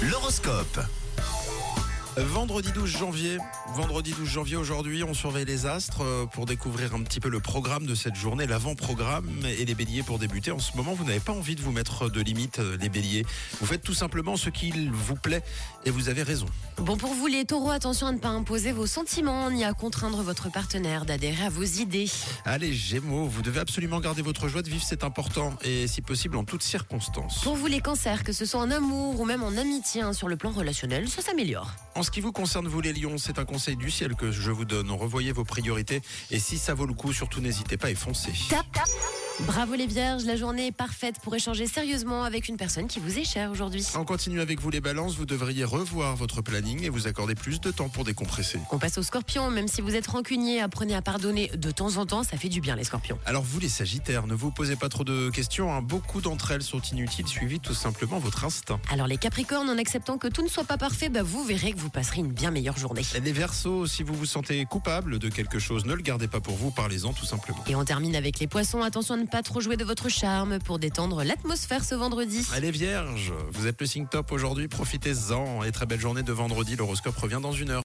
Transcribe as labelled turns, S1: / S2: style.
S1: L'horoscope. Vendredi 12 janvier, vendredi 12 janvier aujourd'hui, on surveille les astres euh, pour découvrir un petit peu le programme de cette journée, l'avant-programme et les béliers pour débuter. En ce moment, vous n'avez pas envie de vous mettre de limites, euh, les béliers. Vous faites tout simplement ce qu'il vous plaît et vous avez raison.
S2: Bon, pour vous les taureaux, attention à ne pas imposer vos sentiments ni à contraindre votre partenaire d'adhérer à vos idées.
S1: Allez, Gémeaux, vous devez absolument garder votre joie de vivre, c'est important et si possible en toutes circonstances.
S2: Pour vous les cancers, que ce soit en amour ou même en amitié, hein, sur le plan relationnel, ça s'améliore.
S1: En ce qui vous concerne, vous les lions, c'est un conseil du ciel que je vous donne. Revoyez vos priorités et si ça vaut le coup, surtout n'hésitez pas et foncez.
S2: Bravo les vierges, la journée est parfaite pour échanger sérieusement avec une personne qui vous est chère aujourd'hui.
S1: On continue avec vous les balances, vous devriez revoir votre planning et vous accorder plus de temps pour décompresser.
S2: On passe aux scorpions, même si vous êtes rancunier, apprenez à pardonner de temps en temps, ça fait du bien les scorpions.
S1: Alors vous les sagittaires, ne vous posez pas trop de questions, hein. beaucoup d'entre elles sont inutiles, suivez tout simplement votre instinct.
S2: Alors les capricornes, en acceptant que tout ne soit pas parfait, bah, vous verrez que vous passerez une bien meilleure journée.
S1: Les versos, si vous vous sentez coupable de quelque chose, ne le gardez pas pour vous, parlez-en tout simplement.
S2: Et on termine avec les poissons, attention à ne pas trop jouer de votre charme pour détendre l'atmosphère ce vendredi.
S1: Allez vierge, vous êtes le signe top aujourd'hui, profitez-en et très belle journée de vendredi, l'horoscope revient dans une heure.